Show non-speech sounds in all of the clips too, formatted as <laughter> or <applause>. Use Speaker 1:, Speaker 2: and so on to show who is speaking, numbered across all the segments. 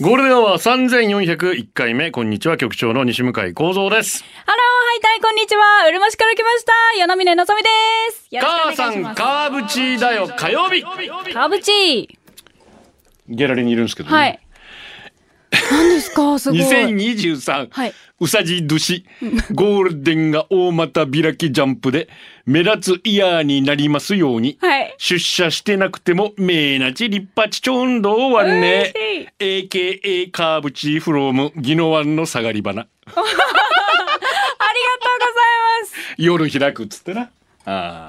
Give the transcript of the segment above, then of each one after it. Speaker 1: ゴールデンは三千四百一回目。こんにちは局長の西向井光三です。
Speaker 2: ハロー、ハイタイ、こんにちは。うるま市から来ました。与那峰のぞみです。よろ
Speaker 1: 母
Speaker 2: しくお願
Speaker 1: さ
Speaker 2: いしま
Speaker 1: ん
Speaker 2: す。
Speaker 1: カーブチーだよ火曜日。
Speaker 2: カブチ
Speaker 1: ギャラリーにいるんですけど、ね。
Speaker 2: はい。何です
Speaker 1: <laughs>
Speaker 2: かすごい。
Speaker 1: 二千二十三
Speaker 2: はい。
Speaker 1: うさじ年ゴールデンが大股開きジャンプで目立つイヤーになりますように。
Speaker 2: はい。
Speaker 1: 出社してなくても名なち立派ちちょんどうわんね。AKA カーブチーフロームギノワンの下がり花。
Speaker 2: ありがとうございます。
Speaker 1: 夜開くっつってな。あ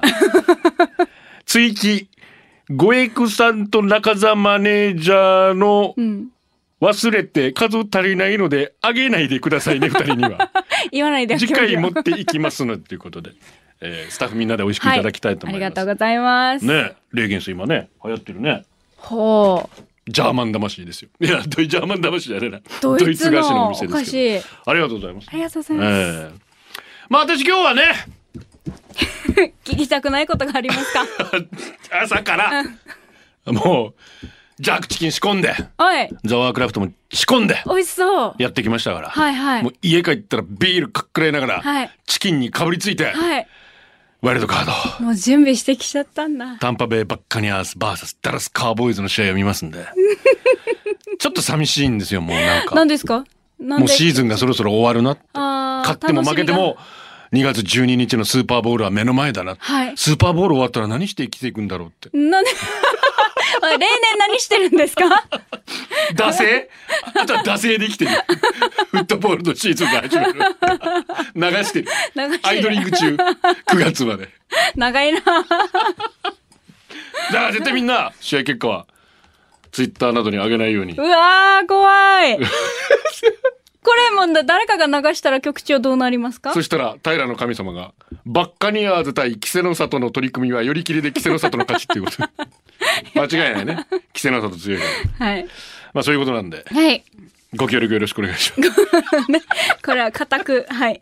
Speaker 1: <laughs> あ。追記。ごえくさんと中澤マネージャーの
Speaker 2: ん
Speaker 1: 忘れて数足りないのであげないでくださいね、二人には。
Speaker 2: 言わ <laughs> ないで
Speaker 1: 次回持
Speaker 2: も
Speaker 1: っていきますのでということで、えースタッフみんなで美味しくいただきたいと思い
Speaker 2: あ
Speaker 1: ます。
Speaker 2: りがとうございます。
Speaker 1: ねえ、レーゲンス今ね、流行ってるね。
Speaker 2: ほう。
Speaker 1: ジャーマン魂ですよ。いや、ドイジャーマン魂じゃねえな。
Speaker 2: ドイツ
Speaker 1: ドイツ菓子のお
Speaker 2: のお
Speaker 1: 店ですけど
Speaker 2: 菓子。
Speaker 1: ありがとうございます。
Speaker 2: ありがとうございます。
Speaker 1: ええまあ私今日はね、
Speaker 2: 聞きたくないことがありますか <laughs>
Speaker 1: <laughs> 朝から、もう、ジャークチキン仕込んで、
Speaker 2: おい。
Speaker 1: ザワークラフトも仕込んで、
Speaker 2: 美味しそう。
Speaker 1: やってきましたから。
Speaker 2: はいはい
Speaker 1: もう家帰ったらビールかっくらいながら、
Speaker 2: はい
Speaker 1: チキンにかぶりついて、
Speaker 2: はい。
Speaker 1: ワイルドカード。
Speaker 2: もう準備してきちゃったんだ。
Speaker 1: タンパベイバッカニアース VS ダラスカーボーイズの試合を見ますん
Speaker 2: <laughs>
Speaker 1: で。ちょっと寂しいんですよ、もうなんか。
Speaker 2: 何ですかなん
Speaker 1: も
Speaker 2: で
Speaker 1: うシーズンがそろそろ終わるな。
Speaker 2: あー
Speaker 1: 勝っても負けて。
Speaker 2: 楽しみ
Speaker 1: も、2月12日のスーパーボールは目の前だな。
Speaker 2: はい
Speaker 1: スーパーボール終わったら何して生きていくんだろうって。
Speaker 2: なんで、 <laughs> おい例年何してるんですか
Speaker 1: 惰性あとは惰性で生きてる。フットボールのシーズンが始まる。流してる。
Speaker 2: 流してる
Speaker 1: アイドリング中、9月まで。
Speaker 2: 長いな。 <laughs>
Speaker 1: だから絶対みんな、試合結果は、ツイッターなどに上げないように
Speaker 2: う。わー、
Speaker 1: <laughs>
Speaker 2: 怖い。これもんだ、誰かが流したら局長どうなりますか
Speaker 1: そしたら、平の神様が、バッカニアーズ対稀勢の里の取り組みは、寄り切りで稀勢の里の勝ちっていうこと。 <laughs> 間違いないね。稀勢の里強いから。
Speaker 2: はい。
Speaker 1: まあそういうことなんで、
Speaker 2: はい。
Speaker 1: ご協力よろしくお願いします。
Speaker 2: これは固く、 <laughs> はい。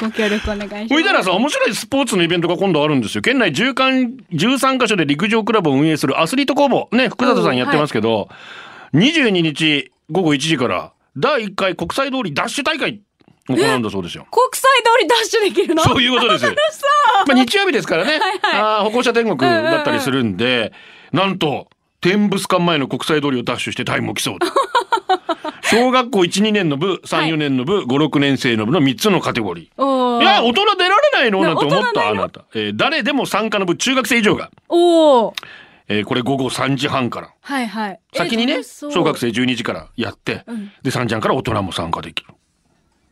Speaker 2: ご協力お願いし
Speaker 1: ほ
Speaker 2: ま
Speaker 1: いだらさ、面白いスポーツのイベントが今度あるんですよ。県内10巻13カ所で陸上クラブを運営するアスリート工房。ね、福里さんやってますけど、22日午後1時から、第1回国際通りダッシュ大会を行うんだそうですよ。
Speaker 2: 国際通りダッシュできるの
Speaker 1: そういうことですよ。まあ日曜日ですからね。あー歩行者天国だったりするんで、なんと、天物館前の国際通りをダッシュしてタイムを競 <laughs> うと。小学校1、2年の部、3、4年の部、5、6年生の部の3つのカテゴリー。
Speaker 2: おー
Speaker 1: いや、大人出られないのなんて思っ
Speaker 2: 大人
Speaker 1: た、
Speaker 2: な
Speaker 1: あ
Speaker 2: いの
Speaker 1: なた。えー誰でも参加の部、中学生以上が。
Speaker 2: おー
Speaker 1: えーこれ午後3時半から。
Speaker 2: はいはい。え
Speaker 1: 先にね、
Speaker 2: 楽しそう
Speaker 1: 小学生12時からやって、
Speaker 2: ん
Speaker 1: で、3時半から大人も参加できる。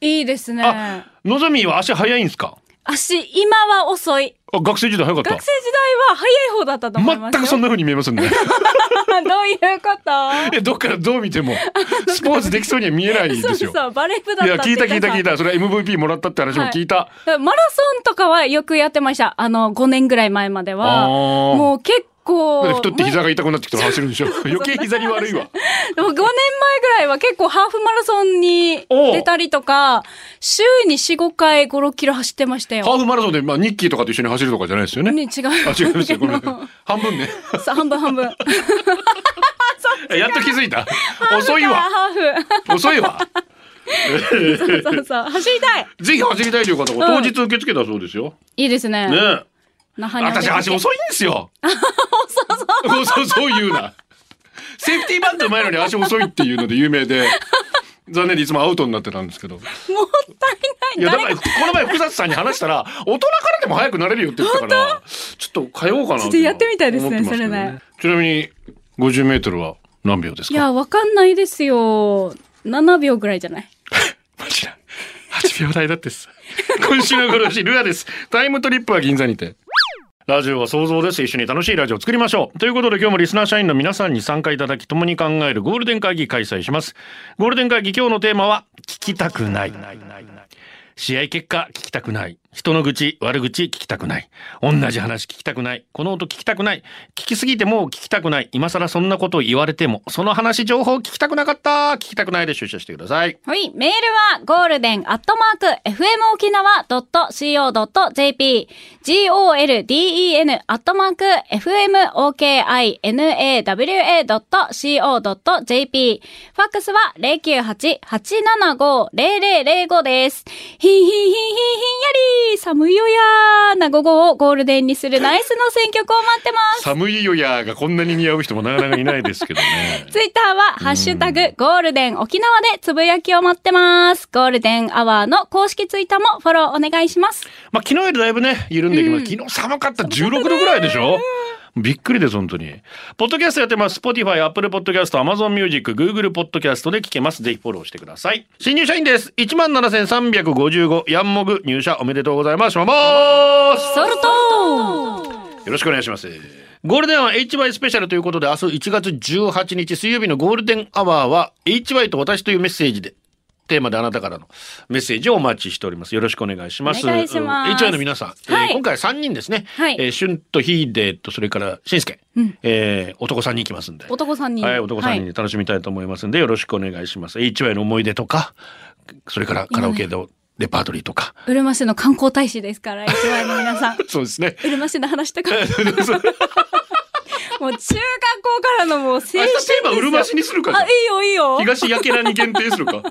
Speaker 2: いいですね
Speaker 1: あ。、のぞみは足早いんすか
Speaker 2: 足、今は遅い。
Speaker 1: あ、学生時代早かった
Speaker 2: 学生時。代は早い方だったと思いますよ。
Speaker 1: 全くそん
Speaker 2: な。
Speaker 1: な風に見えますんで。
Speaker 2: <laughs> どういうこと
Speaker 1: え、どっからどう見ても、スポーツできそうには見えないです
Speaker 2: そう
Speaker 1: よ。
Speaker 2: そう、バレー部だ
Speaker 1: い
Speaker 2: っ
Speaker 1: や、
Speaker 2: たって
Speaker 1: 聞いた聞いた
Speaker 2: さ
Speaker 1: 聞いた。それは MVP もらったって話も聞いた。
Speaker 2: <laughs> マラソンとかはよくやってました。あの、5年ぐらい前まで
Speaker 1: あ
Speaker 2: は。
Speaker 1: ー
Speaker 2: もう結構。
Speaker 1: だって太って膝
Speaker 2: も
Speaker 1: が痛くなってきたら走るん
Speaker 2: <laughs>
Speaker 1: でしょ。余計膝に悪いわ。
Speaker 2: うでも5年前 <laughs> ぐらいは結構ハーフマラソンに
Speaker 1: おう
Speaker 2: 出たりとか、週に4、5回5、6キロ走ってました
Speaker 1: ハ
Speaker 2: よ。
Speaker 1: ーフマラソンで、まあ、ニッキーとかと一緒に走るとかじゃないですよね。
Speaker 2: ね、違う。
Speaker 1: あ、違いますよ。ごめん
Speaker 2: けど
Speaker 1: 半分ね。
Speaker 2: <laughs> そう半分半分。
Speaker 1: <laughs> やっと気づいた。遅い
Speaker 2: <laughs>
Speaker 1: わ。
Speaker 2: ハーフ
Speaker 1: 遅いわ。
Speaker 2: そうそうそう。走りたい。
Speaker 1: ぜひ走りたいという方も当日受け付けたそうですよ。
Speaker 2: いいですね。
Speaker 1: ねえ。
Speaker 2: 那覇に
Speaker 1: 私足
Speaker 2: い。
Speaker 1: 遅いんですよ。そうそう。そう言うな。セーフティーバントの前のに足遅いっていうので有名で。残念でいつもアウトになってたんですけど。
Speaker 2: もったい
Speaker 1: い
Speaker 2: な
Speaker 1: や、
Speaker 2: い。
Speaker 1: だ
Speaker 2: 誰
Speaker 1: か、
Speaker 2: から
Speaker 1: この前、福里さんに話したら、大人からでも早くなれるよって言ってたから、ちょっと通おうかなて今思ますけどね。
Speaker 2: ちょっとやってみたいですね
Speaker 1: ちなみに、50メートルは何秒です
Speaker 2: い
Speaker 1: か
Speaker 2: や、わかんないですよ。7秒ぐらいじゃない
Speaker 1: マジだ。8秒台だってっす。 <laughs> 今週の殺し、ルアです。タイムトリップは銀座にて。ラジオは想像です。一緒に楽しいラジオを作りましょう。ということで今日もリスナー社員の皆さんに参加いただき、共に考えるゴールデン会議開催します。ゴールデン会議今日のテーマは、聞きたくない。試合結果聞きたくない。人の愚痴、悪口聞きたくない。同じ話聞きたくない。この音聞きたくない。聞きすぎてもう聞きたくない。今更そんなことを言われても、その話情報聞きたくなかった。聞きたくないで出社してください。
Speaker 2: はい、メールは、ゴールデンアットマーク、fmokinawa.co.jp、golden アットマーク、fmokinawa.co.jp、ファックスは098-875-0005です。ひんひんひんひんひんやりー寒いよやーな午後をゴールデンにするナイスの選曲を待ってます。
Speaker 1: 寒いよやーがこんなに似合う人もなかなかいないですけどね
Speaker 2: ツイッターは、ハッシュタグ、ゴールデン沖縄でつぶやきを待ってます。ゴールデンアワーの公式ツイッターもフォローお願いします。
Speaker 1: まあ昨日よりだいぶね、緩んできました。昨日寒かった16度ぐらいでしょびっくりです、本当に。ポッドキャストやってます。Spotify、Apple Podcast、Amazon Music、Google Podcast で聞けます。ぜひフォローしてください。新入社員です。17,355、ヤンモグ入社おめでとうございます。しまぼーす
Speaker 2: ソルト
Speaker 1: よろしくお願いします。ゴールデンは HY スペシャルということで、明日1月18日水曜日のゴールデンアワーは、HY と私というメッセージで、テーマであなたからのメッセージをお待ちしております。よろしくお願いします。
Speaker 2: お願いします
Speaker 1: うん HY の皆さん、
Speaker 2: はい
Speaker 1: えー今回3人ですね。
Speaker 2: はい
Speaker 1: えー、シュンとヒーデーと、それからしんすけ、
Speaker 2: うん
Speaker 1: えー男3人来ますんで。
Speaker 2: 男さんに。
Speaker 1: はい、男3人
Speaker 2: は
Speaker 1: で
Speaker 2: い
Speaker 1: 楽しみたいと思いますんで、よろしくお願いします。HY の思い出とか、それからカラオケのレパートリーと
Speaker 2: <laughs>
Speaker 1: か。
Speaker 2: うるま市の観光大使ですから、HY の皆さん。 <laughs>
Speaker 1: そうです <laughs> ね。
Speaker 2: うるま市の話とか。もう中学校からのもう青
Speaker 1: 明
Speaker 2: 春で
Speaker 1: 日
Speaker 2: す
Speaker 1: テーマうるま市
Speaker 2: よ。
Speaker 1: にするかじゃ
Speaker 2: あ、
Speaker 1: あ
Speaker 2: いいよいいよ。
Speaker 1: 東やけらに限定するか。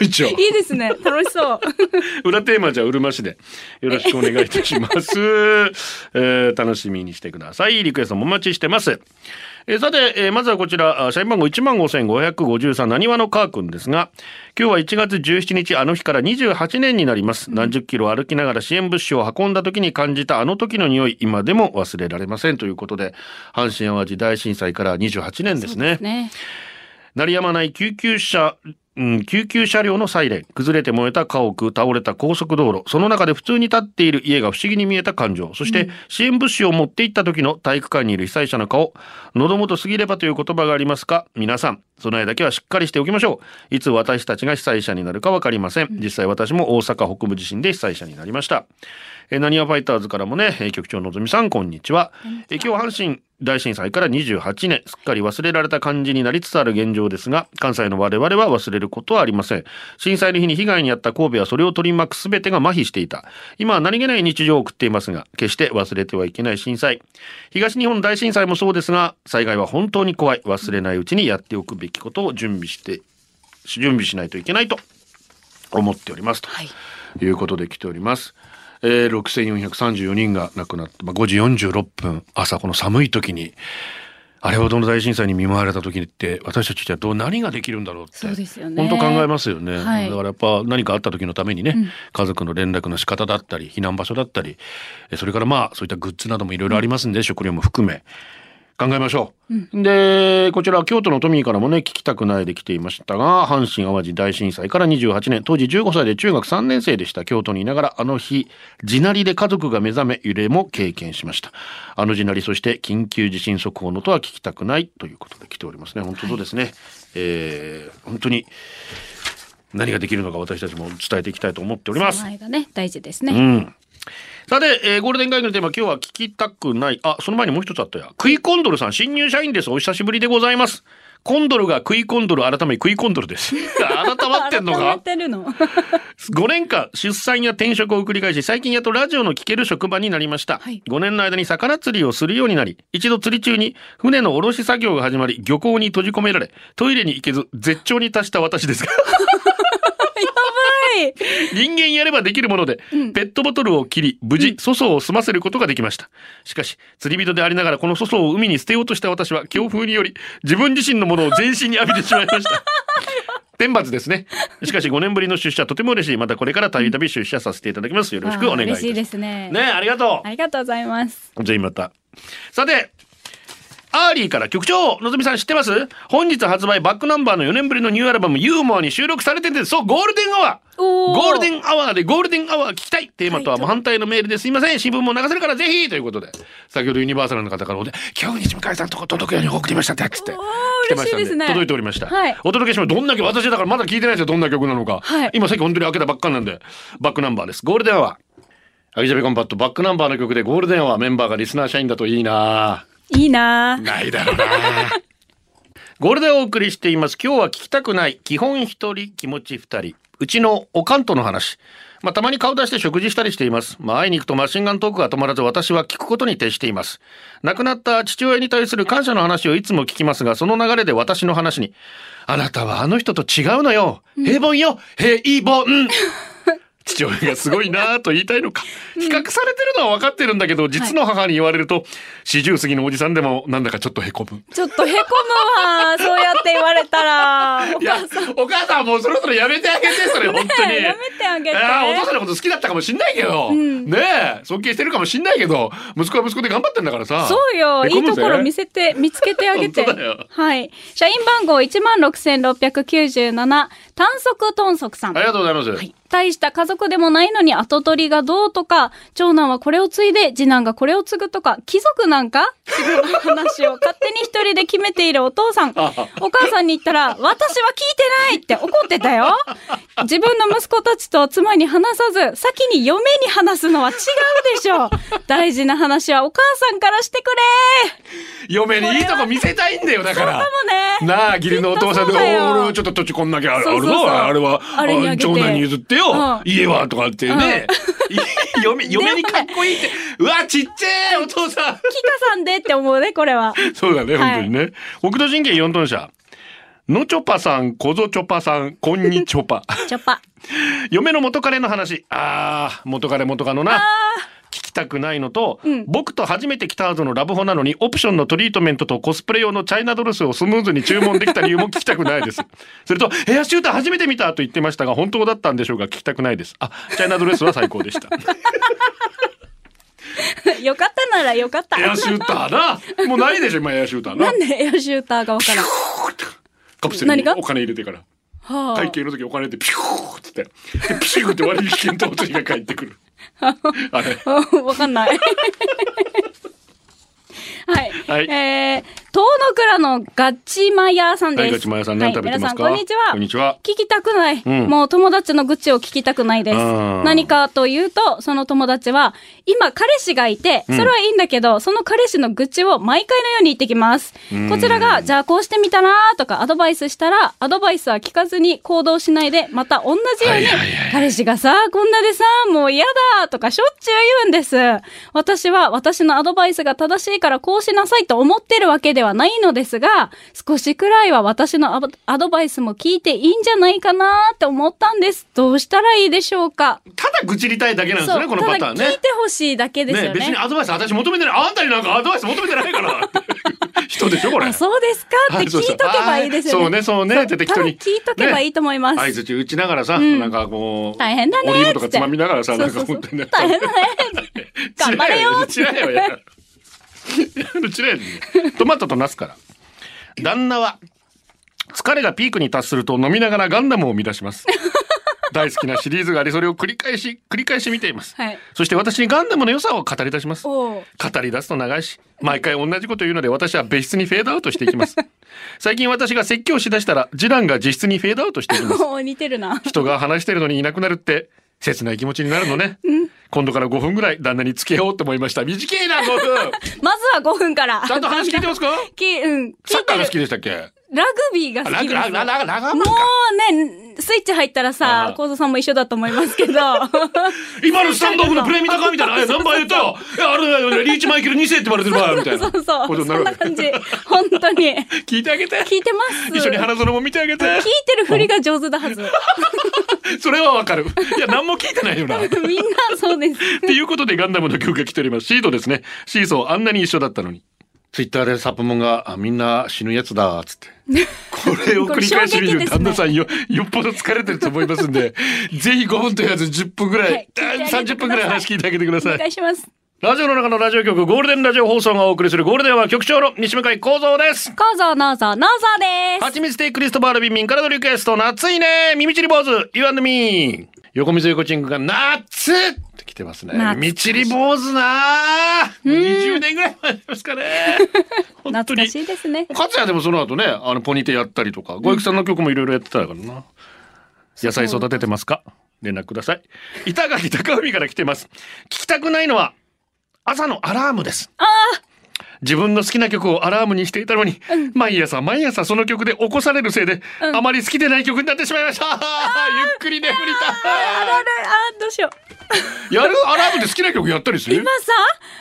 Speaker 1: 一応
Speaker 2: いいですね。楽しそう。
Speaker 1: <laughs> 裏テーマじゃうるま市でよろしくお願いいたします、えー楽しみにしてくださいリクエストもお待ちしてますえーさて、えーまずはこちら、あ社員番号15,553、なにわのかーくんですが、今日は1月17日、あの日から28年になります。何十キロ歩きながら支援物資を運んだ時に感じたあの時の匂い、今でも忘れられませんということで、阪神淡路大震災から28年ですね。
Speaker 2: ね。
Speaker 1: 鳴りやまない救急車、うん、救急車両のサイレン崩れて燃えた家屋倒れた高速道路その中で普通に立っている家が不思議に見えた感情そして支援物資を持って行った時の体育館にいる被災者の顔喉元過ぎればという言葉がありますか皆さん備えだけはしっかりしておきましょういつ私たちが被災者になるか分かりません実際私も大阪北部地震で被災者になりましたえー、なにわファイターズからもね、えー局長のぞみさん、こんにちは。えー今日阪神大震災から28年、すっかり忘れられた感じになりつつある現状ですが、関西の我々は忘れることはありません。震災の日に被害に遭った神戸はそれを取り巻く全てが麻痺していた。今は何気ない日常を送っていますが、決して忘れてはいけない震災。東日本大震災もそうですが、災害は本当に怖い。忘れないうちにやっておくべきことを準備して、準備しないといけないと思っておりますと。
Speaker 2: はい。
Speaker 1: ということで来ております。えー、6434人が亡くなって、まあ、5時46分朝この寒い時にあれほどの大震災に見舞われた時って私たちはどう何ができるんだろうって
Speaker 2: そうですよね。
Speaker 1: 本当考えますよね、
Speaker 2: はい
Speaker 1: だからやっぱ何かあった時のためにね、家族の連絡の仕方だったり避難場所だったりえそれからまあそういったグッズなどもいろいろありますんで、食料も含め考えましょう、でこちら京都のトミーからもね聞きたくないで来ていましたが阪神・淡路大震災から28年当時15歳で中学3年生でした京都にいながらあの日地鳴りで家族が目覚め揺れも経験しましたあの地鳴りそして緊急地震速報のとは聞きたくないということで来ておりますね本当そうですね、えー本当に何ができるのか私たちも伝えていきたいと思っております
Speaker 2: 備えがね、大事です
Speaker 1: う
Speaker 2: ね。
Speaker 1: ん。さて、えーゴールデン会議のテーマ、今日は聞きたくない。あ、その前にもう一つあったや。クイコンドルさん、新入社員です。お久しぶりでございます。コンドルがクイコンドル、改めクイコンドル
Speaker 2: <laughs>
Speaker 1: です。改まってんの
Speaker 2: 改め
Speaker 1: か
Speaker 2: てるの <laughs>
Speaker 1: 5年間出産や転職を繰り返し最近やっとラジオの聞ける職場になりました、
Speaker 2: はい
Speaker 1: 5年の間に魚釣りをするようになり一度釣り中に船の卸し作業が始まり漁港に閉じ込められトイレに行けず絶頂に達した私ですが
Speaker 2: い
Speaker 1: 人間やればできるもので、ペットボトルを切り無事粗相を済ませることができましたしかし釣り人でありながらこの粗相を海に捨てようとした私は強風により自分自身のものを全身に浴びてしまいま
Speaker 2: <laughs>
Speaker 1: した天罰ですね。しかし5年ぶりの出社とても嬉しい。またこれからたびたび出社させていただきます。よろしくお願いいた
Speaker 2: 嬉
Speaker 1: し
Speaker 2: しい
Speaker 1: ま。
Speaker 2: ですすね。
Speaker 1: ねありがと
Speaker 2: ありがとうございます。
Speaker 1: う。ぜひまた。さて、アーリーから局長、のぞみさん知ってます本日発売バックナンバーの4年ぶりのニューアルバムユーモアに収録されてて、そう、ゴールデンアワー
Speaker 2: おー
Speaker 1: ゴールデンアワーでゴールデンアワー聞きたいテーマとは真反対のメールですいません新聞も流せるからぜひということで、先ほどユニバーサルの方からおで、今日日向井さんとこ届くように送りましたって、つって。来てま
Speaker 2: 嬉
Speaker 1: し
Speaker 2: したい
Speaker 1: んで
Speaker 2: ですね。
Speaker 1: 届いておりました、
Speaker 2: はい
Speaker 1: お届けしますどんな曲私だからまだ聞いてないですよどんな曲なのか、
Speaker 2: はい
Speaker 1: 今さっき本当に開けたばっかなんでバックナンバーですゴールデンはアギジャベコンパットバックナンバーの曲でゴールデンはメンバーがリスナー社員だといいない
Speaker 2: いなぁ
Speaker 1: ないだろうなゴールデンをお送りしています今日は聞きたくない基本一人気持ち二人うちのおかんとの話まあ、たまに顔出して食事したりしています。まあ、会いに行くとマシンガントークが止まらず私は聞くことに徹しています。亡くなった父親に対する感謝の話をいつも聞きますが、その流れで私の話に、あなたはあの人と違うのよ平凡よ平凡父親がすごいなぁと言いたいのか。比較されてるのは分かってるんだけど、実の母に言われると、四十過ぎのおじさんでもなんだかちょっとへこむ。
Speaker 2: ちょっとへこむわそうやって言われたら
Speaker 1: <laughs> いや、お母さんもうそろそろやめてあげて、そ
Speaker 2: <laughs>
Speaker 1: れ、本当に。
Speaker 2: ねえやめてあげて
Speaker 1: ああ、お父さんのこと好きだったかもしんないけど、
Speaker 2: ん
Speaker 1: ねえ、尊敬してるかもしんないけど、息子は息子で頑張ってんだからさ。
Speaker 2: そうよ。
Speaker 1: へ
Speaker 2: い
Speaker 1: こ
Speaker 2: い
Speaker 1: むぜ
Speaker 2: ところ見せて、見つけてあげ
Speaker 1: <laughs>
Speaker 2: て
Speaker 1: 本当だよ。
Speaker 2: はい。社員番号16,697、短足豚足さん
Speaker 1: あ。りがとうございます。
Speaker 2: はい大した家族でもないのに後取りがどうとか、長男はこれを継いで、次男がこれを継ぐとか、貴族なんかっていう話を勝手に一人で決めているお父さん。お母さんに言ったら、私は聞いてないって怒ってたよ。自分の息子たちと妻に話さず、先に嫁に話すのは違うでしょう。大事な話はお母さんからしてくれ
Speaker 1: 嫁にいいとこ見せたいんだよ、だから。 <laughs>
Speaker 2: かもね。
Speaker 1: なあ、義理のお父さんで、
Speaker 2: きっとそうだよ
Speaker 1: お俺はちょっと土地こんなきゃある
Speaker 2: そうそうそう
Speaker 1: あれは、
Speaker 2: あれにあげて
Speaker 1: 長男に譲ってよ、
Speaker 2: うん
Speaker 1: 家は、とかってね。嫁、嫁にかっこいいって、うわ、ちっちゃいお父さん。
Speaker 2: キカさんでって思うね、これは。
Speaker 1: <laughs> そうだね、
Speaker 2: はい
Speaker 1: 本当にね。北斗神拳4トン車。のちょぱさん、こぞちょぱさん、こんにちょぱ。
Speaker 2: チョパ。
Speaker 1: 嫁の元彼の話。あー、元彼元カノな。聞きたくないのと、
Speaker 2: ん
Speaker 1: 僕と初めて来た後のラブホなのにオプションのトリートメントとコスプレ用のチャイナドレスをスムーズに注文できた理由も聞きたくないです。それと、ヘアシューター初めて見たと言ってましたが、本当だったんでしょうが聞きたくないです。あ、チャイナドレスは最高でした。 <laughs>
Speaker 2: よかったならよかった。
Speaker 1: エアシューターな。もうないでしょ、今エアシューターな。
Speaker 2: なんでエアシューターがわからん。
Speaker 1: カプセル
Speaker 2: 何
Speaker 1: に
Speaker 2: が
Speaker 1: お金入れてから。
Speaker 2: は
Speaker 1: 会計の時お金でピューって言って、でピシューって割引金とお釣りが返って
Speaker 2: <laughs>
Speaker 1: くる。あれ。
Speaker 2: あ、わか
Speaker 1: <laughs>
Speaker 2: んない。はい。
Speaker 1: はい
Speaker 2: えー、遠野倉のガチマヤさんです。
Speaker 1: はいガチマヤさん何
Speaker 2: はい
Speaker 1: 食べてますか
Speaker 2: 皆さん、こんにちは。
Speaker 1: こんにちは
Speaker 2: 聞きたくない、
Speaker 1: ん
Speaker 2: もう友達の愚痴を聞きたくないです。
Speaker 1: うん
Speaker 2: 何かというと、その友達は、今彼氏がいて、それはいいんだけど、その彼氏の愚痴を毎回のように言ってきます。こちらが、じゃあこうしてみたらとかアドバイスしたら、アドバイスは聞かずに行動しないで、また同じように、彼氏がさ、こんなでさ、もう嫌だとかしょっちゅう言うんです。私は私のアドバイスが正しいからこうしなさいと思ってるわけではないのですが、少しくらいは私のアドアドバイスも聞いていいんじゃないかなって思ったんです。どうしたらいいでしょうか。
Speaker 1: ただ愚痴りたいだけなんです
Speaker 2: そう
Speaker 1: ね、このパターン
Speaker 2: ただ聞い
Speaker 1: ね。
Speaker 2: てほしいだけですよね。
Speaker 1: 別にアドバイス私求めてない。あんたになんかアドバイス求めてないから。 <laughs> 人でしょ、これ。
Speaker 2: あそうですかっ
Speaker 1: <laughs> は
Speaker 2: て
Speaker 1: い
Speaker 2: 聞
Speaker 1: そう
Speaker 2: い
Speaker 1: そう
Speaker 2: とけばいいですよね。
Speaker 1: はいそうねそうねって適
Speaker 2: た
Speaker 1: 当
Speaker 2: だ
Speaker 1: に
Speaker 2: 聞いとけばいいと思います。
Speaker 1: 相槌打ちながらさ、
Speaker 2: ん
Speaker 1: なんかこう、
Speaker 2: 大変だねーっつって
Speaker 1: オリーブとかつまみながらさ、なんか
Speaker 2: そうそう
Speaker 1: 本当
Speaker 2: そ
Speaker 1: に
Speaker 2: う
Speaker 1: ね。
Speaker 2: 大変だね。頑張れ
Speaker 1: <laughs>
Speaker 2: よ
Speaker 1: ちらよ、やら。ちらよ。 <laughs> トマトとナスから。旦那は、疲れがピークに達すると飲みながらガンダムを見出し
Speaker 2: <laughs>
Speaker 1: ます。大好きなシリーズがあり、それを繰り返し、繰り返し見ています。
Speaker 2: はい
Speaker 1: そして私にガンダムの良さを語り出します。
Speaker 2: おう
Speaker 1: 語り出すと長いし毎回同じこと言うので私は別室にフェードアウトしていきます最近私が説教しだしたら次男が自室にフェードアウトしていき <laughs> ます
Speaker 2: もう似てるな。
Speaker 1: 人が話してるのにいなくなるって切ない気持ちになるのね、今度から5分ぐらい旦那に付き合おうと思いました短いな5分
Speaker 2: まずは5分から。
Speaker 1: ちゃんと話聞いてますか
Speaker 2: き、うん。
Speaker 1: サ
Speaker 2: 聞
Speaker 1: ッ
Speaker 2: い
Speaker 1: カー
Speaker 2: て
Speaker 1: が
Speaker 2: る
Speaker 1: 好。きでしたっけ
Speaker 2: ラグビーが好
Speaker 1: ラ
Speaker 2: き
Speaker 1: グ
Speaker 2: で
Speaker 1: ラ
Speaker 2: す。
Speaker 1: グラララガマ
Speaker 2: も
Speaker 1: ンか
Speaker 2: うね、スイッチ入ったら
Speaker 1: ああ
Speaker 2: さ、コウゾさんも一緒だと思いま
Speaker 1: <laughs>
Speaker 2: すけど。
Speaker 1: 今のスタンドオフのプレー見たかみたいな、え、ナンバー入れたよ。え、あれだよね、リーチマイケル2世って言われてるわ、みたいな。
Speaker 2: そうそ
Speaker 1: こと
Speaker 2: う。
Speaker 1: にな
Speaker 2: そん
Speaker 1: る
Speaker 2: な感じ。本当に。
Speaker 1: 聞いてあげて。
Speaker 2: 聞いてます。
Speaker 1: 一緒に花園も見てあげて
Speaker 2: 聞い。てる振りが上手
Speaker 1: <laughs>
Speaker 2: だはず。
Speaker 1: それはわかる。いや、何も聞いてないよな。
Speaker 2: みんなそうです。
Speaker 1: っていうことでガンダムの曲が来ております。シードですね。シーソーあんなに一緒だったのに。ツイッターでサップモンが、あみんな死ぬやつだ、つ
Speaker 2: <laughs>
Speaker 1: って。これを繰り返し見
Speaker 2: こ
Speaker 1: る
Speaker 2: れ衝撃ですね
Speaker 1: 旦那さんよ、よっぽど疲れてると思いますん
Speaker 2: <laughs>
Speaker 1: で、ぜひ5分と言わず10分ぐらい、
Speaker 2: はい聞いてあげてください
Speaker 1: 30分ぐらい話聞いてあげてくだ
Speaker 2: お
Speaker 1: さい
Speaker 2: 願。いします。
Speaker 1: ラジオの中のラジオ局、ゴールデンラジオ放送がお送りするゴールデンは局長の西向井幸三です。
Speaker 2: コウゾナーゾナーゾで
Speaker 1: はちみつテイクリストバールビンミンからのリクエスト、夏いね耳ちり坊主、言わんでみー横溝横チングが夏って来てますね。
Speaker 2: 夏
Speaker 1: 耳ちり坊主なーもう !20 年ぐらい前ですかね。
Speaker 2: <laughs> す。
Speaker 1: 本当
Speaker 2: 懐か
Speaker 1: に。
Speaker 2: しいですね。
Speaker 1: かつやでもその後ね、あのポニテやったりとか、ごいくさんの曲もいろいろやってたからな。野菜育ててますか連絡ください板垣高海から来てます聞きたくないのは朝のアラームです自分の好きな曲をアラームにしていたのに、毎朝毎朝その曲で起こされるせいで、あまり好きでない曲になってしまいましたゆっくり眠り
Speaker 2: あ
Speaker 1: た
Speaker 2: れあれあどうしよう
Speaker 1: いやるアラームで好きな曲やったりする
Speaker 2: 今さ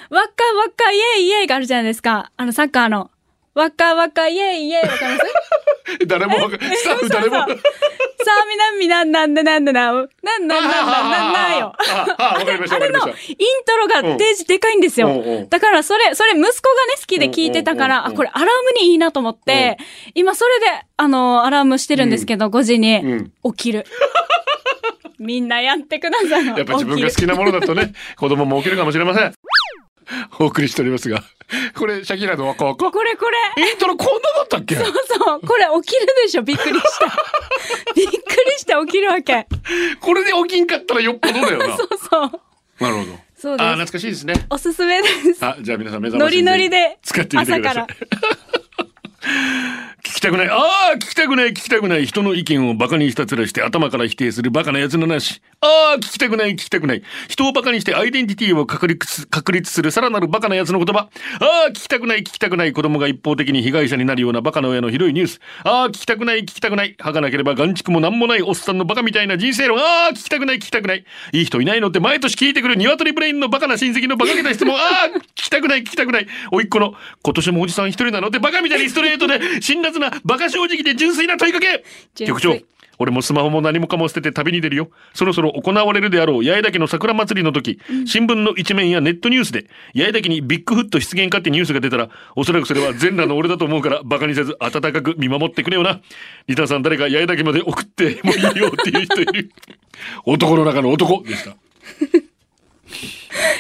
Speaker 2: わっかわっかイエイイエイがあるじゃないですかあのサッカーのわっかわっかイエイイエイわかります
Speaker 1: 誰もわかスタッフ誰も
Speaker 2: そうそうさあみなみなんなんでなんでなんなんなんなんなんなんなんよ
Speaker 1: あああわかりましたわ
Speaker 2: あ
Speaker 1: か
Speaker 2: れ
Speaker 1: りま
Speaker 2: のイ
Speaker 1: し
Speaker 2: ン
Speaker 1: た
Speaker 2: トロがデージでかいんです
Speaker 1: うんうんう
Speaker 2: よ
Speaker 1: ん。
Speaker 2: だからそれ、それ息子がね好きで聞いてたか
Speaker 1: うんうん
Speaker 2: ら、
Speaker 1: う
Speaker 2: あ、
Speaker 1: ん
Speaker 2: これアラームにいいなと思って、今それで、あの、アラームしてるんですけど、5時に起きる。みんなやってください。
Speaker 1: やっぱ自分が好
Speaker 2: 起き
Speaker 1: き
Speaker 2: る
Speaker 1: なものだと
Speaker 2: <laughs>
Speaker 1: ね子供も起きるかもしれませんお送りしておりますがこれシャキーラの若々
Speaker 2: これこれ。
Speaker 1: イントロこんなだったっけ
Speaker 2: そう、これ起きるでしょ。びっく
Speaker 1: <laughs>
Speaker 2: りした。びっくりして起きるわけ。
Speaker 1: これで起きんかったらよっぽどだよな
Speaker 2: <laughs> そう。
Speaker 1: なるほど
Speaker 2: そう
Speaker 1: あー
Speaker 2: で
Speaker 1: 懐
Speaker 2: す。
Speaker 1: かしいですね
Speaker 2: おすすめです。
Speaker 1: あじゃあ皆さん目覚ま
Speaker 2: ノ
Speaker 1: しに
Speaker 2: リノリで、
Speaker 1: 使ってみてください
Speaker 2: 朝か
Speaker 1: 聞きたくないああ聞きたくない聞きたくない人の意見をバカにしたつらして頭から否定するバカなやつのなしああ聞きたくない聞きたくない人をバカにしてアイデンティティを確立確立するさらなるバカなやつの言葉ああ聞きたくない聞きたくない子供が一方的に被害者になるようなバカな親のひどいニュースああ聞きたくない聞きたくない儚ければ眼畜もなんもないおっさんのバカみたいな人生論ああ聞きたくない聞きたくないいい人いないのって毎年聞いてくる鶏ブレインのバカな親戚のバカげた質問ああ聞きたくない聞きたくないおいっ子の今年もおじさん一人なのってバカみたいにストレートで辛辣なバカ正直で純粋な問いかけ
Speaker 2: 純粋
Speaker 1: 局長俺もスマホも何もかも捨てて旅に出るよ。そろそろ行われるであろう八重岳の桜祭りの時、新聞の一面やネットニュースで、八重岳にビッグフット出現かってニュースが出たら、おそらくそれは全裸の俺だと思うから、バカにせず温かく見守ってくれよな。リタさん誰か八重岳まで送ってもいいよっていう人いる。男の中の男でした。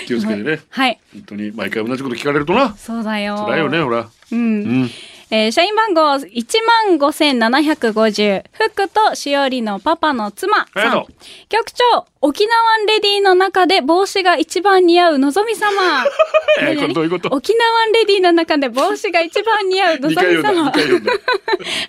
Speaker 1: 気をつけてね。
Speaker 2: はい。
Speaker 1: 本当に毎回同じこと聞かれるとな。
Speaker 2: そうだよ。
Speaker 1: 辛いよね、ほら。
Speaker 2: うん。
Speaker 1: うん。
Speaker 2: えー社員番号15,750、福としおりのパパの妻
Speaker 1: ありが
Speaker 2: さ
Speaker 1: と
Speaker 2: ん
Speaker 1: う。
Speaker 2: 局長、沖縄レディーの中で帽子が一番似合うのぞみ様。
Speaker 1: <laughs> えー
Speaker 2: 何
Speaker 1: これどういうこと
Speaker 2: 沖縄レディーの中で帽子が一番似合うの
Speaker 1: 二
Speaker 2: ぞ
Speaker 1: 回
Speaker 2: み
Speaker 1: 読んだ、
Speaker 2: 様
Speaker 1: 二。回読んだ。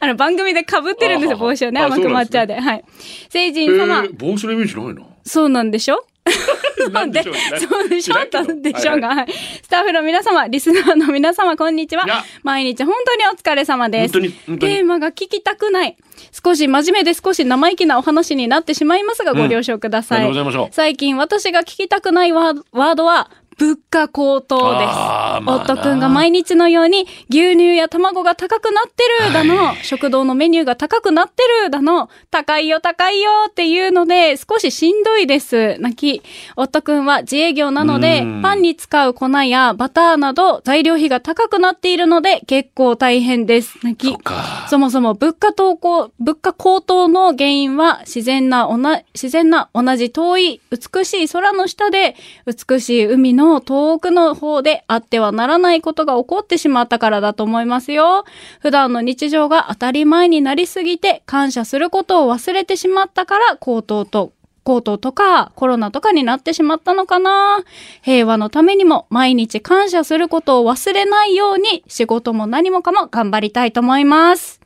Speaker 2: あの、番組で被ってるんで
Speaker 1: あは
Speaker 2: すよ、
Speaker 1: は
Speaker 2: 帽子をね。
Speaker 1: あ
Speaker 2: 甘く抹茶で。はい。成
Speaker 1: え
Speaker 2: 人様、
Speaker 1: ー、帽子のイメージないな。
Speaker 2: そうなんでしょ
Speaker 1: <laughs> なんでしょうね
Speaker 2: そうでしょ
Speaker 1: 知らんけど
Speaker 2: <laughs> なんでしょうが、
Speaker 1: は
Speaker 2: はいスタッフの皆様、リスナーの皆様、こんにちはい
Speaker 1: や。
Speaker 2: 毎日本当にお疲れ様です。
Speaker 1: 本当に本当に
Speaker 2: テーマが聞きたくない。少し真面目で少し生意気なお話になってしまいますが、ご了承ください。
Speaker 1: うんありがとうございましょう
Speaker 2: 最近私が聞きたくないワーワードは、物価高騰です。
Speaker 1: あーまあな
Speaker 2: 夫くんが毎日のように、牛乳や卵が高くなってるだの、食堂のメニューが高くなってるだの、高いよ高いよっていうので、少ししんどいです。泣き。夫くんは自営業なので
Speaker 1: うん、
Speaker 2: パンに使う粉やバターなど、材料費が高くなっているので、結構大変です。泣き。
Speaker 1: か。
Speaker 2: <laughs> そもそも物価投稿、物価高騰の原因は自然なおな、自然な同じ遠い美しい空の下で美しい海の遠くの方であってはならないことが起こってしまったからだと思いますよ。普段の日常が当たり前になりすぎて感謝することを忘れてしまったから高騰と高騰とかコロナとかになってしまったのかな平和のためにも毎日感謝することを忘れないように仕事も何もかも頑張りたいと思います。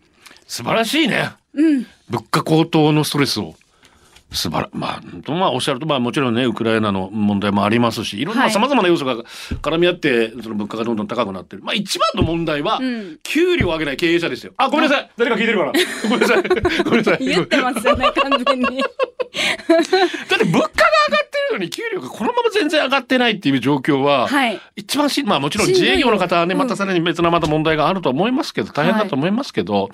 Speaker 1: 素晴らしいね。物価高騰のストレスを。素晴ら、まあ、本当まあ、おっしゃると、まあ、もちろんね、ウクライナの問題もありますし、いろん
Speaker 2: は
Speaker 1: ない様々な要素が絡み合って、その物価がどんどん高くなってる。まあ、一番の問題は、
Speaker 2: ん
Speaker 1: 給料を上げない経営者ですよ。あ、ごめんなさい。誰か聞いてるから。ごめんなさい。ごめんなさい。
Speaker 2: 言ってますよね、 <laughs> 完全に。
Speaker 1: <laughs> だって物価が上がってるのに給料がこのまま全然上がってないっていう状況は、
Speaker 2: はい
Speaker 1: 一番し、まあもちろん
Speaker 2: しんど
Speaker 1: 自
Speaker 2: い
Speaker 1: 営業の方はね、
Speaker 2: うん
Speaker 1: またさらに別なまた問題があるとは思いますけど、大変だと思いますけど、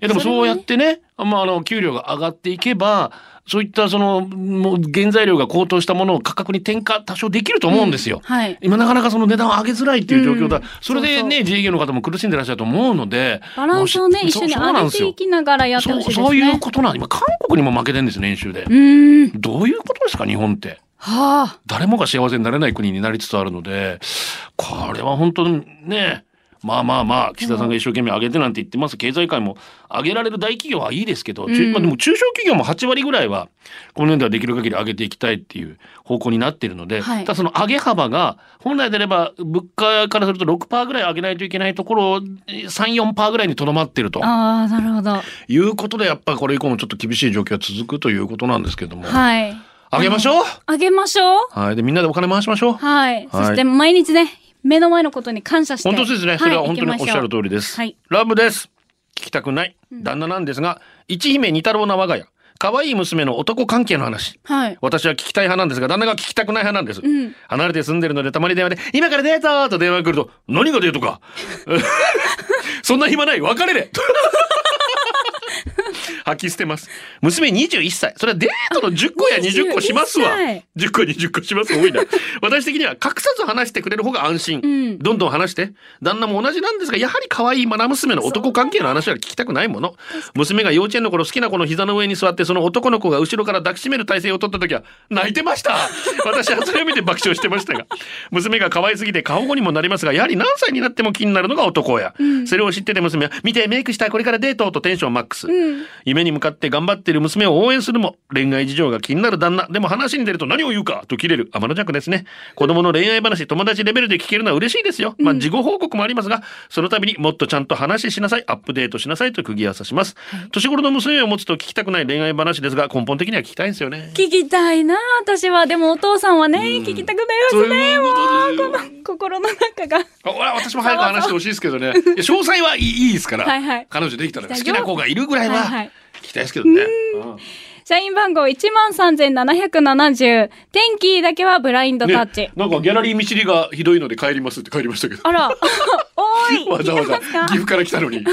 Speaker 1: いやでも
Speaker 2: それ
Speaker 1: そ
Speaker 2: は
Speaker 1: う
Speaker 2: ね
Speaker 1: やってね、まああの、給料が上がっていけば、そういったその、もう原材料が高騰したものを価格に転嫁多少できると思うんですよ。
Speaker 2: はい。
Speaker 1: 今なかなかその値段を上げづらいっていう状況だ。
Speaker 2: うん
Speaker 1: それで
Speaker 2: そう
Speaker 1: ね、
Speaker 2: そ
Speaker 1: 自営業の方も苦しんでらっしゃると思うので。
Speaker 2: バランスをね、
Speaker 1: もし
Speaker 2: 一緒に
Speaker 1: そうそうなん
Speaker 2: 上げ
Speaker 1: ですよ
Speaker 2: ていきながらやって
Speaker 1: そ
Speaker 2: ほ
Speaker 1: う
Speaker 2: しいですね。
Speaker 1: そういうことなん今韓国にも負けてんですね演習で、
Speaker 2: うーん。
Speaker 1: どういうことですか日本って
Speaker 2: はあ。
Speaker 1: 誰もが幸せになれない国になりつつあるのでこれは本当にねまあまあまあ岸田さんが一生懸命上げてなんて言ってます経済界も上げられる大企業はいいですけど、中まあ、でも中小企業も8割ぐらいはこの年度はできる限り上げていきたいっていう方向になっているので、
Speaker 2: はい
Speaker 1: ただその上げ幅が本来であれば物価からすると6%ぐらい上げないといけないところを34%ぐらいにとどまっていると
Speaker 2: ああ、なるほど。
Speaker 1: いうことでやっぱこれ以降もちょっと厳しい状況が続くということなんですけども、
Speaker 2: はい。
Speaker 1: 上げましょう
Speaker 2: あげましょう。
Speaker 1: はい。で、みんなでお金回しましょう。
Speaker 2: はい。
Speaker 1: はい
Speaker 2: そして毎日ね、目の前のことに感謝して。
Speaker 1: 本当そうですね。それは本当におっしゃる
Speaker 2: り。
Speaker 1: 通りです。
Speaker 2: はい
Speaker 1: ラブです。聞きたくない。旦那なんですが、一姫二太郎な我が家。可愛い娘の男関係の話。
Speaker 2: はい。
Speaker 1: 私は聞きたい派なんですが、旦那が聞きたくない派なんです。
Speaker 2: ん
Speaker 1: 離れて住んでるので、たまに電話で、今からデートと電話が来ると、何がデートか <laughs> そんな暇ない別れれ <laughs> 吐き捨てます。娘21歳。それはデートの10個や20個しますわ
Speaker 2: 21歳。
Speaker 1: 10個20個します。多いな。私的には隠さず話してくれる方が安心。
Speaker 2: ん
Speaker 1: どんどん話して。旦那も同じなんですが、やはり可愛いマナ娘の男関係の話は聞きたくないもの。娘が幼稚園の頃好きな子の膝の上に座って、その男の子が後ろから抱きしめる体勢を取った時は、泣いてました。私はそれを見て爆笑してましたが。娘が可愛すぎて過保護にもなりますが、やはり何歳になっても気になるのが男や。それを知ってて娘は、見てメイクしたいこれからデートとテンションマックス。夢に向かって頑張っている娘を応援するも恋愛事情が気になる旦那でも話に出ると何を言うかと切れる天の弱ですね子供の恋愛話友達レベルで聞けるのは嬉しいですよまあ事後報告もありますが、その度にもっとちゃんと話ししなさいアップデートしなさいと釘を刺します、年頃の娘を持つと聞きたくない恋愛話ですが根本的には聞きたいんですよね
Speaker 2: 聞きたいな、私は。でもお父さんはね、聞きたくないです
Speaker 1: そ
Speaker 2: ね。
Speaker 1: う
Speaker 2: も
Speaker 1: いう
Speaker 2: う、
Speaker 1: こと
Speaker 2: こ
Speaker 1: です
Speaker 2: の心の中が。
Speaker 1: あ俺は私も早く話してほしいですけどねいや詳細はいいいいですから
Speaker 2: はいはい
Speaker 1: 彼女できたら好
Speaker 2: 聞きたい
Speaker 1: き
Speaker 2: よ
Speaker 1: な子がいるぐらい
Speaker 2: はいは
Speaker 1: はい聞きたいですけどね、うん
Speaker 2: 社員番号13,770。天気だけはブラインドタッチ。
Speaker 1: ねなんかギャラリー見知りがひどいので帰りますって帰りましたけど
Speaker 2: あ
Speaker 1: <laughs>
Speaker 2: ら、お <laughs> い。
Speaker 1: わざわざ
Speaker 2: 聞いてま
Speaker 1: 岐
Speaker 2: すか
Speaker 1: 阜から来たの
Speaker 2: <laughs>
Speaker 1: に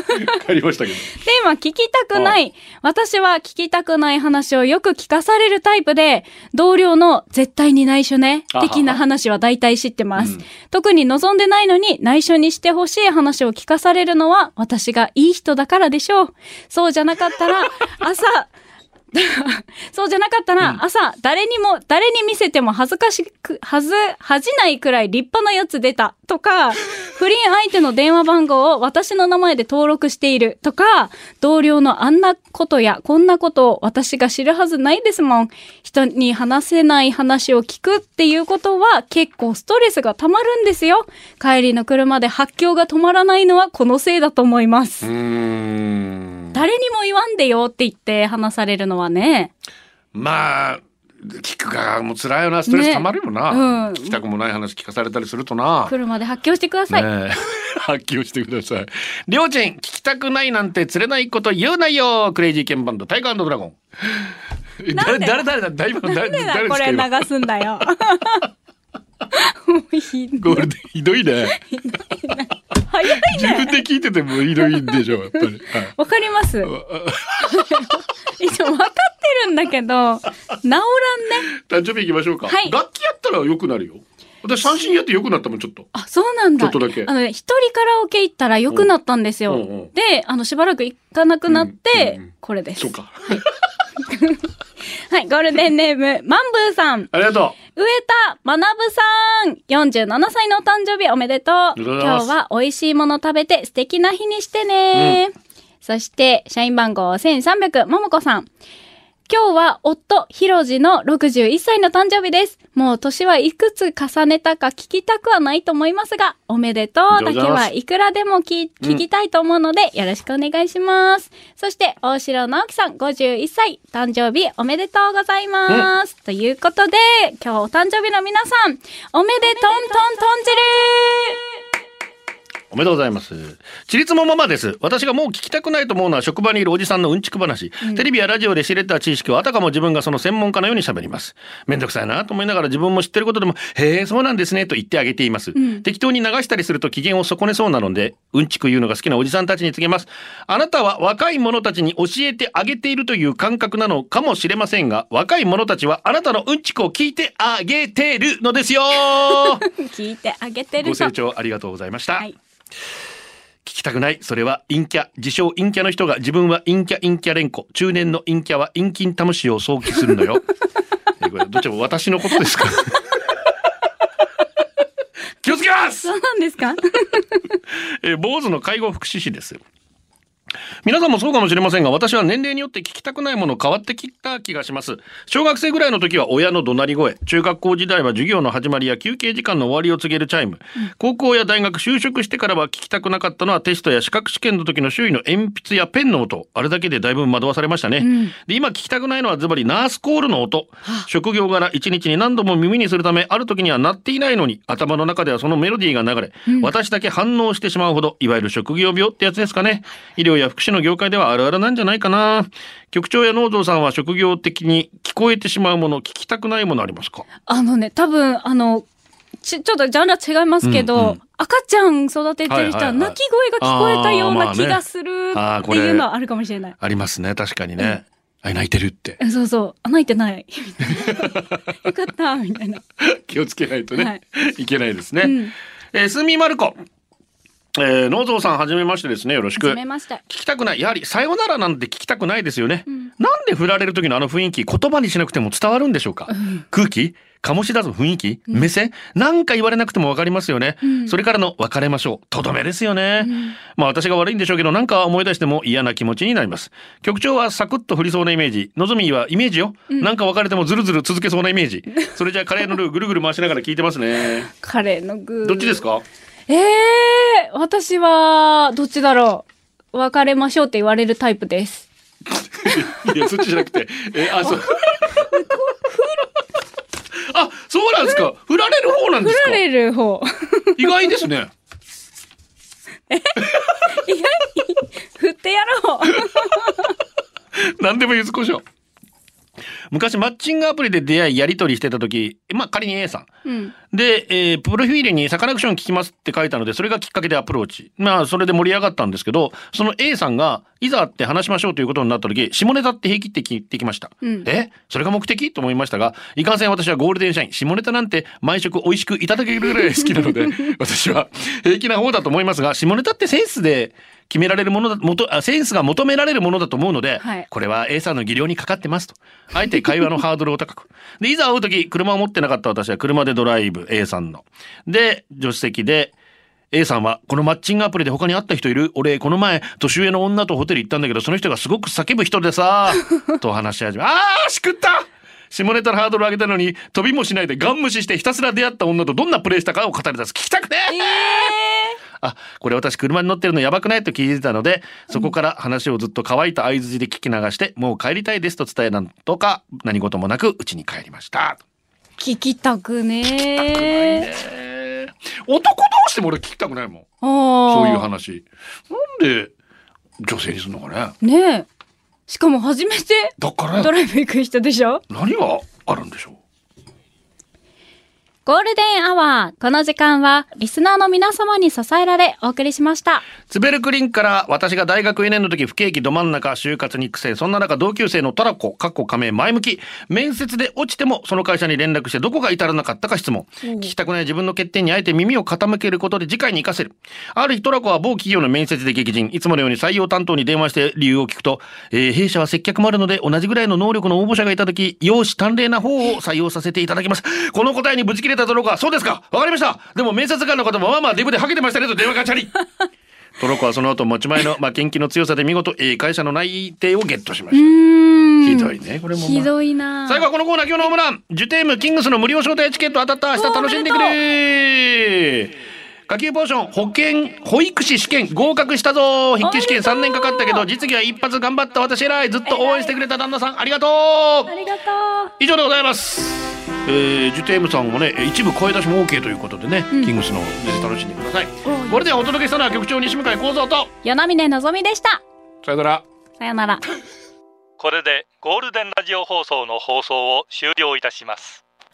Speaker 1: 帰りましたけど。
Speaker 2: テーマ、聞きたくない。私は聞きたくない話をよく聞かされるタイプで、同僚の絶対に内緒ね、
Speaker 1: あはは
Speaker 2: 的な話は大体知ってます。
Speaker 1: うん
Speaker 2: 特に望んでないのに内緒にしてほしい話を聞かされるのは、私がいい人だからでしょう。そうじゃなかった
Speaker 1: <laughs>
Speaker 2: ら、朝、そうじゃなかったら、朝、誰にも、誰に見せても恥ずかしく、はず、恥じないくらい立派なやつ出た、とか、不倫相手の電話番号を私の名前で登録している、とか、同僚のあんなことやこんなことを私が知るはずないですもん。人に話せない話を聞くっていうことは結構ストレスが溜まるんですよ。帰りの車で発狂が止まらないのはこのせいだと思います。誰にも言わんでよって言って話されるのはね。
Speaker 1: まあ聞く側も辛いよなストレス
Speaker 2: ね
Speaker 1: たまるよな、
Speaker 2: うん
Speaker 1: 聞きたくもない話聞かされたりするとな。
Speaker 2: 車で発狂してください。
Speaker 1: ねえ <laughs> 発揮をしてください。りょうちん聞きたくないなんて釣れないこと言うなよクレイジーケンバンドタイガードラゴン。え
Speaker 2: な
Speaker 1: 誰
Speaker 2: んで
Speaker 1: 誰誰だ誰今の誰
Speaker 2: なんで
Speaker 1: 誰
Speaker 2: だ
Speaker 1: で
Speaker 2: こ
Speaker 1: すか
Speaker 2: れ
Speaker 1: 今
Speaker 2: 流すんだよ。
Speaker 1: <laughs>
Speaker 2: もうひど
Speaker 1: ゴ
Speaker 2: い
Speaker 1: ールデンひどい
Speaker 2: <laughs>
Speaker 1: ね。
Speaker 2: 早い
Speaker 1: 自分
Speaker 2: ね。
Speaker 1: で聞いててもひどいんでしょうやっぱり。
Speaker 2: <laughs>
Speaker 1: はい
Speaker 2: わかります。一応わかってるんだけど、治らんね。
Speaker 1: 誕生日行きましょうか。
Speaker 2: はい
Speaker 1: 楽器やったら良くなるよ。私三振やって良くなったもんちょっと。
Speaker 2: あ、そうなんだ。
Speaker 1: ちょっとだけ
Speaker 2: あのね、一人カラオケ行ったら良くなったんですよ。
Speaker 1: うんうんうん
Speaker 2: で、あの、しばらく行かなくなっ
Speaker 1: う
Speaker 2: て、
Speaker 1: んうんうん
Speaker 2: これです
Speaker 1: そう。か。
Speaker 2: はい、ゴールデンネーム、マンブーさん。
Speaker 1: ありがと
Speaker 2: 植田学さん !47 歳のお誕生日おめでとう
Speaker 1: りがとうございま
Speaker 2: 今
Speaker 1: す
Speaker 2: 日は美味しいもの食べて素敵な日にしてね、そして、社員番号1300、ももこさん。今日は夫、ひろじの61歳の誕生日です。もう年はいくつ重ねたか聞きたくはないと思いますが、おめでとうだけはいくらでも聞い聞きたいと思うので、よろしくお願いします。そして、大城直樹さん、51歳、誕生日おめでとうございます。ということで、今日お誕生日の皆さん、おめでとんとんとんじる
Speaker 1: う。おめでとうございます。ちりつもママです。私がもう聞きたくないと思うのは職場にいるおじさんのうんちく話。テレビやラジオで知れた知識をあたかも自分がその専門家のように喋ります。めんどくさいなと思いながら自分も知ってることでも、へえ、そうなんですねと言ってあげています。適当に流したりすると機嫌を損ねそうなので、うんちく言うのが好きなおじさんたちに告げます。あなたは若い者たちに教えてあげているという感覚なのかもしれませんが、若い者たちはあなたのうんちくを聞いてあげてるのですよ
Speaker 2: 聞いてあげてる
Speaker 1: ご
Speaker 2: と
Speaker 1: 清。聴ありがとうございました。
Speaker 2: はい
Speaker 1: 聞きたくない。それは陰キャ。自称陰キャの人が自分は陰キャ陰キャ連呼。中年の陰キャは陰菌魂を想起するの
Speaker 2: <laughs>
Speaker 1: よ。えこれどっちも私のことですか気をつけます
Speaker 2: そうなんですか
Speaker 1: えー坊主の介護福祉士です皆さんもそうかもしれませんが私は年齢によって聞きたくないもの変わってきた気がします小学生ぐらいの時は親の怒鳴り声中学校時代は授業の始まりや休憩時間の終わりを告げるチャイム、高校や大学就職してからは聞きたくなかったのはテストや資格試験の時の周囲の鉛筆やペンの音あれだけでだいぶ惑わされましたね、で今聞きたくないのはズバリナースコールの音職業柄一日に何度も耳にするためある時には鳴っていないのに頭の中ではそのメロディーが流れ、私だけ反応してしまうほどいわゆる職業病ってやつですかね医療や福祉の業界ではあるあるなんじゃないかな局長や農蔵さんは職業的に聞こえてしまうもの聞きたくないものありますか
Speaker 2: あのね、多分、あの、ち、ちょっとジャンルは違いますけど、
Speaker 1: うんうん
Speaker 2: 赤ちゃん育ててる人
Speaker 1: はいはいは
Speaker 2: はい泣き声が聞こえたよう
Speaker 1: あーま
Speaker 2: な
Speaker 1: あね
Speaker 2: 気がする
Speaker 1: あー
Speaker 2: って
Speaker 1: これ
Speaker 2: いうのはあるかもしれない。
Speaker 1: ありますね確かにね、あ泣いてるって
Speaker 2: えそうそう。あ泣いてない。 <laughs> よかった、みたいな。
Speaker 1: 気をつけないとね、
Speaker 2: はい
Speaker 1: <laughs> い、けないですね。
Speaker 2: うん
Speaker 1: えーすみまる子、えー、農蔵さんはじめましてですねよろしく。
Speaker 2: 始め
Speaker 1: 聞
Speaker 2: ました。
Speaker 1: きたくないやはり「さよなら」なんて聞きたくないですよね、なんで振られる時のあの雰囲気言葉にしなくても伝わるんでしょうか、空気醸し出す雰囲気、目線なんか言われなくても分かりますよね、それからの「別れましょう」とどめですよね、まあ私が悪いんでしょうけどなんか思い出しても嫌な気持ちになります局長はサクッと振りそうなイメージのぞみはイメージよ、なんか別れてもズルズル続けそうなイメージそれじゃあカレーのルーぐるぐる回しながら聞いてますね
Speaker 2: カレーの具。
Speaker 1: どっちですか
Speaker 2: ええー、私は、どっちだろう。別れましょうって言われるタイプです。
Speaker 1: <laughs> いや、そっちじゃなくて、えあ、そう。あ、そうなんですか。振られる方なんで
Speaker 2: 振。
Speaker 1: すから
Speaker 2: れる方。
Speaker 1: 意外ですね。
Speaker 2: 意外に、 <laughs> 振ってやろう。
Speaker 1: <laughs> 何でもゆずこしょう。昔マッチングアプリで出会いやり取りしてた時、まあ仮に A さん、
Speaker 2: うん。
Speaker 1: で、えープロフィールにサカナクション聞きますって書いたので、それがきっかけでアプローチ。まあ、それで盛り上がったんですけど、その A さんが、いざ会って話しましょうということになった時、下ネタって平気って聞いてきました。
Speaker 2: うん
Speaker 1: えそれが目的と思いましたが、いかんせん私はゴールデン社員、下ネタなんて毎食美味しくいただけるぐらい好きな
Speaker 2: <laughs>
Speaker 1: ので、私は平気な方だと思いますが、下ネタってセンスで決められるものだ、もと、あセンスが求められるものだと思うので、
Speaker 2: はい
Speaker 1: これは A さんの技量にかかってますと。あえて会話のハードルを高く。で、いざ会うとき、車を持ってなかった私は車でドライブ、A さんの。で、助手席で、A さんは、このマッチングアプリで他に会った人いる俺、この前、年上の女とホテル行ったんだけど、その人がすごく叫ぶ人でさ、と話し始め、あー、しくった下ネタのハードルを上げたのに、飛びもしないでガン無視してひたすら出会った女とどんなプレイしたかを語り出す。聞きたくねえ
Speaker 2: え
Speaker 1: あ、これ私車に乗ってるのやばくないと聞いてたので、そこから話をずっと乾いた相槌で聞き流して、もう帰りたいですと伝えなんとか何事もなく家に帰りました。
Speaker 2: ー、聞きたくねー。
Speaker 1: えー男同士でも俺聞きたくないもん。そ
Speaker 2: そ
Speaker 1: ういう話。なんで女性にするのかね。
Speaker 2: ねえ。しかも初めて
Speaker 1: だか
Speaker 2: ド
Speaker 1: ら
Speaker 2: ライブ行く人でしょ
Speaker 1: 何があるんでしょう。
Speaker 2: ゴールデンアワー。この時間は、リスナーの皆様に支えられ、お送りしました。
Speaker 1: ツベルクリンから私が大学4年の時不景気ど真ん中就活に苦戦そんな中同級生のトラコかっこ仮名前向き面接で落ちてもその会社に連絡してどこが至らなかったか質問聞きたくない自分の欠点にあえて耳を傾けることで次回に生かせるある日トラコは某企業の面接で激甚いつものように採用担当に電話して理由を聞くと、えー弊社は接客もあるので同じぐらいの能力の応募者がいた時容姿端麗な方を採用させていただきますこの答えにぶち切れたトラコはそうですかわかりましたでも面接官の方もまあまあデブでハゲてましたねと電話がチャリトロコはその後持ち前の、まあ、研究の強さで見事、えー会社の内定をゲットしまし
Speaker 2: うー
Speaker 1: た。ひ
Speaker 2: ん。
Speaker 1: どい。ね、これも、まあ
Speaker 2: ひどいな
Speaker 1: 最後はこのコーナー、今日のホームラン。受テーム、キングスの無料招待チケット当たった。明日楽しんでくれ下級ポーション、保険、保育士試験、合格したぞ筆記試験
Speaker 2: おめでとう
Speaker 1: 3年かかったけど、実技は一発頑張った私偉いずっと応援してくれた旦那さん、ありがと
Speaker 2: あ
Speaker 1: う
Speaker 2: りがと
Speaker 1: 以上でございます。えー、ジュテームさんもね、えー一部声出しも OK ということでね、キングスの、ぜひ楽しんでください。これではお届けしたのは局長西向井幸三と、
Speaker 2: う。よなみねのぞみでした。
Speaker 1: さよなら。
Speaker 2: さよなら。
Speaker 3: これでゴールデンラジオ放送の放送を終了いたします